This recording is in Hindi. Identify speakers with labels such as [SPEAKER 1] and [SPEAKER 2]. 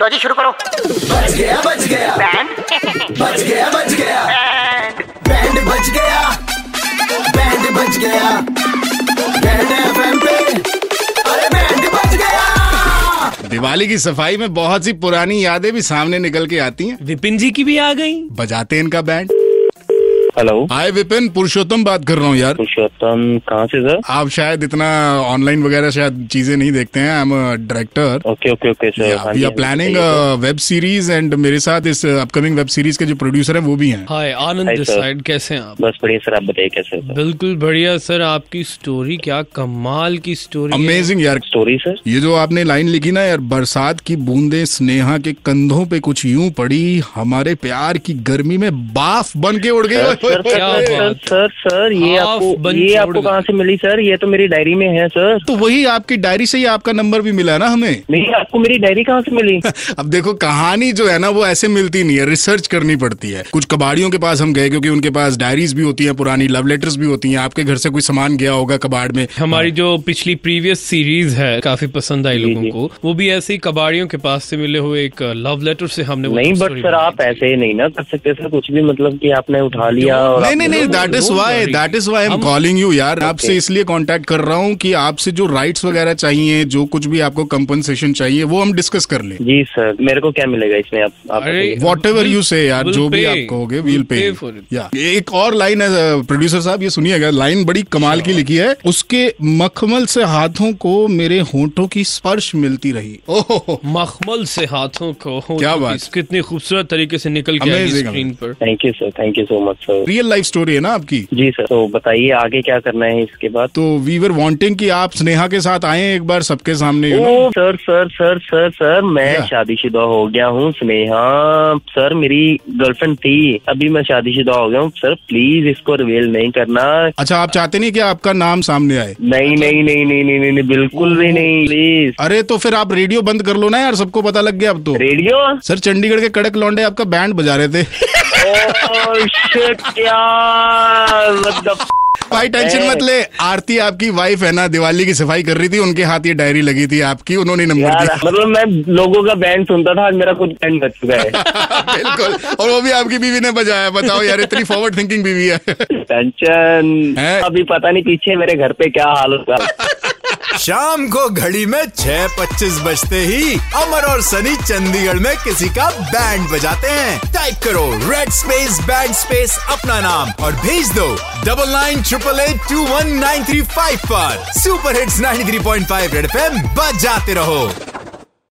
[SPEAKER 1] लो जी शुरू करो
[SPEAKER 2] बच गया बच गया
[SPEAKER 1] बैंड
[SPEAKER 2] बच गया बच गया बैंड बच गया बैंड बच गया बैंड एफएम पे अरे बैंड बच गया
[SPEAKER 3] दिवाली की सफाई में बहुत सी पुरानी यादें भी सामने निकल के आती हैं
[SPEAKER 4] विपिन जी की भी आ गई
[SPEAKER 3] बजाते हैं इनका band
[SPEAKER 5] hello
[SPEAKER 3] hi Vipin Purushottam बात कर रहा हूँ यार
[SPEAKER 5] पुरुषोत्तम कहाँ से सर
[SPEAKER 3] आप शायद इतना ऑनलाइन वगैरह शायद चीजें नहीं देखते हैं I am director
[SPEAKER 5] okay okay okay sir हाँ
[SPEAKER 3] वी
[SPEAKER 5] जी,
[SPEAKER 3] आर
[SPEAKER 5] हाँ जी,
[SPEAKER 3] प्लानिंग
[SPEAKER 5] बताइए सर।
[SPEAKER 3] वेब सीरीज एंड मेरे साथ इस अपकमिंग वेब सीरीज के जो प्रोड्यूसर हैं वो भी हैं
[SPEAKER 4] hi Anand
[SPEAKER 5] Hi,
[SPEAKER 4] this
[SPEAKER 5] sir.
[SPEAKER 4] Side कैसे हैं आप
[SPEAKER 5] बस बढ़िया सर आप बताइए कैसे हैं, सर
[SPEAKER 4] बिल्कुल बढ़िया सर आपकी स्टोरी क्या कमाल की
[SPEAKER 5] हाँ
[SPEAKER 4] स्टोरी है।
[SPEAKER 3] अमेजिंग यार
[SPEAKER 5] स्टोरी सर
[SPEAKER 3] ये जो आपने लाइन लिखी ना यार बरसात की बूंदें स्नेहा के कंधों पे कुछ यूं पड़ी हमारे प्यार की गर्मी में बाफ बन के उड़ गई
[SPEAKER 5] सर सर
[SPEAKER 4] क्या
[SPEAKER 5] सर, सर
[SPEAKER 4] बात।
[SPEAKER 5] सर सर ये
[SPEAKER 4] हाफ
[SPEAKER 5] आपको
[SPEAKER 4] बन
[SPEAKER 5] ये
[SPEAKER 4] छोड़
[SPEAKER 5] आपको
[SPEAKER 4] गया।
[SPEAKER 5] कहाँ से मिली सर ये तो मेरी डायरी में है सर
[SPEAKER 3] तो वही आपकी डायरी से ही आपका नंबर भी मिला ना हमें
[SPEAKER 5] नहीं आपको मेरी डायरी कहाँ से मिली
[SPEAKER 3] अब देखो कहानी जो है ना वो ऐसे मिलती नहीं है रिसर्च करनी पड़ती है कुछ कबाड़ियों के पास हम गए क्योंकि उनके पास डायरीज भी होती हैं पुरानी लव लेटर्स भी होती हैं आपके घर से कोई सामान गया होगा कबाड़ में
[SPEAKER 4] हमारी जो पिछली प्रीवियस सीरीज है काफी पसंद आई लोगों
[SPEAKER 5] हाँ। जी।
[SPEAKER 4] को वो भी ऐसे ही कबाड़ियों के पास से मिले हुए एक लव लेटर से हमने वो
[SPEAKER 5] नहीं
[SPEAKER 4] story
[SPEAKER 5] बट सर
[SPEAKER 4] बनाई
[SPEAKER 5] आप
[SPEAKER 4] थी।
[SPEAKER 5] ऐसे ही नहीं ना कर सकते सर कुछ भी मतलब कि आपने उठा लिया और
[SPEAKER 3] नहीं नहीं नहीं
[SPEAKER 4] No, no,
[SPEAKER 3] that is
[SPEAKER 4] no
[SPEAKER 3] why
[SPEAKER 4] worry.
[SPEAKER 3] That is why I am
[SPEAKER 4] हम-
[SPEAKER 3] कॉलिंग यू यार आपसे इसलिए कांटेक्ट कर रहा हूँ कि आपसे जो राइट्स वगैरह चाहिए जो कुछ भी आपको कंपनसेशन चाहिए वो हम डिस्कस कर लें
[SPEAKER 5] जी सर मेरे को क्या मिलेगा इसमें आप आप
[SPEAKER 4] अरे,
[SPEAKER 5] बताइए।
[SPEAKER 3] Whatever
[SPEAKER 4] We'll-
[SPEAKER 3] you say यार
[SPEAKER 4] we'll
[SPEAKER 3] जो भी
[SPEAKER 4] pay.
[SPEAKER 3] आप कहोगे
[SPEAKER 4] We'll
[SPEAKER 3] we'll pay
[SPEAKER 4] pay for it.
[SPEAKER 3] या एक और लाइन है प्रोड्यूसर साहब ये सुनिएगा लाइन बड़ी कमाल
[SPEAKER 4] अच्छा।
[SPEAKER 3] की लिखी है उसके मखमल से हाथों को मेरे होंठों की स्पर्श मिलती रही ओहो
[SPEAKER 4] मखमल से हाथों को
[SPEAKER 3] क्या
[SPEAKER 4] होंठों
[SPEAKER 3] बात?
[SPEAKER 4] की कितने खूबसूरत तरीके से निकल के आई
[SPEAKER 3] Amazing,
[SPEAKER 4] स्क्रीन पर
[SPEAKER 5] thank you sir thank you so much sir
[SPEAKER 3] real life story है ना आपकी
[SPEAKER 5] जी सर तो बताइए आगे क्या करना है इसके बाद
[SPEAKER 3] तो वीवर वांटिंग कि आप स्नेहा के साथ आए एक बार सबके सामने you know?
[SPEAKER 5] ओ sir sir sir sir sir मैं
[SPEAKER 3] क्या?
[SPEAKER 5] शादीशुदा हो गया हूँ स्नेहा सर मेरी गर्लफ्रेंड थी अभी मैं शादीशुदा हो गया हूँ सर प्लीज इसको रिवील नहीं करना
[SPEAKER 3] अच्छा आप चाहते नहीं कि आपका नाम सामने आए
[SPEAKER 5] नहीं नहीं नहीं नहीं नहीं नहीं, नहीं बिल्कुल
[SPEAKER 3] Oh.
[SPEAKER 5] भी नहीं प्लीज
[SPEAKER 3] अरे तो फिर आप रेडियो बंद कर लो ना यार सबको पता लग गया अब तो
[SPEAKER 5] रेडियो
[SPEAKER 3] सर चंडीगढ़ के कड़क लौंडे आपका बैंड बजा रहे थे
[SPEAKER 5] ओ Oh, shit, यार What the f-
[SPEAKER 3] भाई टेंशन
[SPEAKER 5] ए।
[SPEAKER 3] मत ले आरती आपकी वाइफ है ना दिवाली की सफाई कर रही थी उनके हाथ ये डायरी लगी थी आपकी उन्होंने नंबर
[SPEAKER 5] यार
[SPEAKER 3] दिया
[SPEAKER 5] मतलब मैं लोगों का बैंड सुनता था आज मेरा खुद बैंड बच चुका है
[SPEAKER 3] बिल्कुल और वो भी आपकी बीवी ने बजाया बताओ यार इतनी फॉरवर्ड थिंकिंग बीवी है है।
[SPEAKER 5] टेंशन अभी पता नहीं पीछे मेरे घर पे क्या हाल होगा
[SPEAKER 6] शाम को घड़ी में छह पच्चीस बजते ही अमर और सनी चंडीगढ़ में किसी का बैंड बजाते हैं टाइप करो रेड स्पेस बैंड स्पेस अपना नाम और भेज दो double nine triple eight two one nine three five पर super hits 93.5 three point five red F बजाते रहो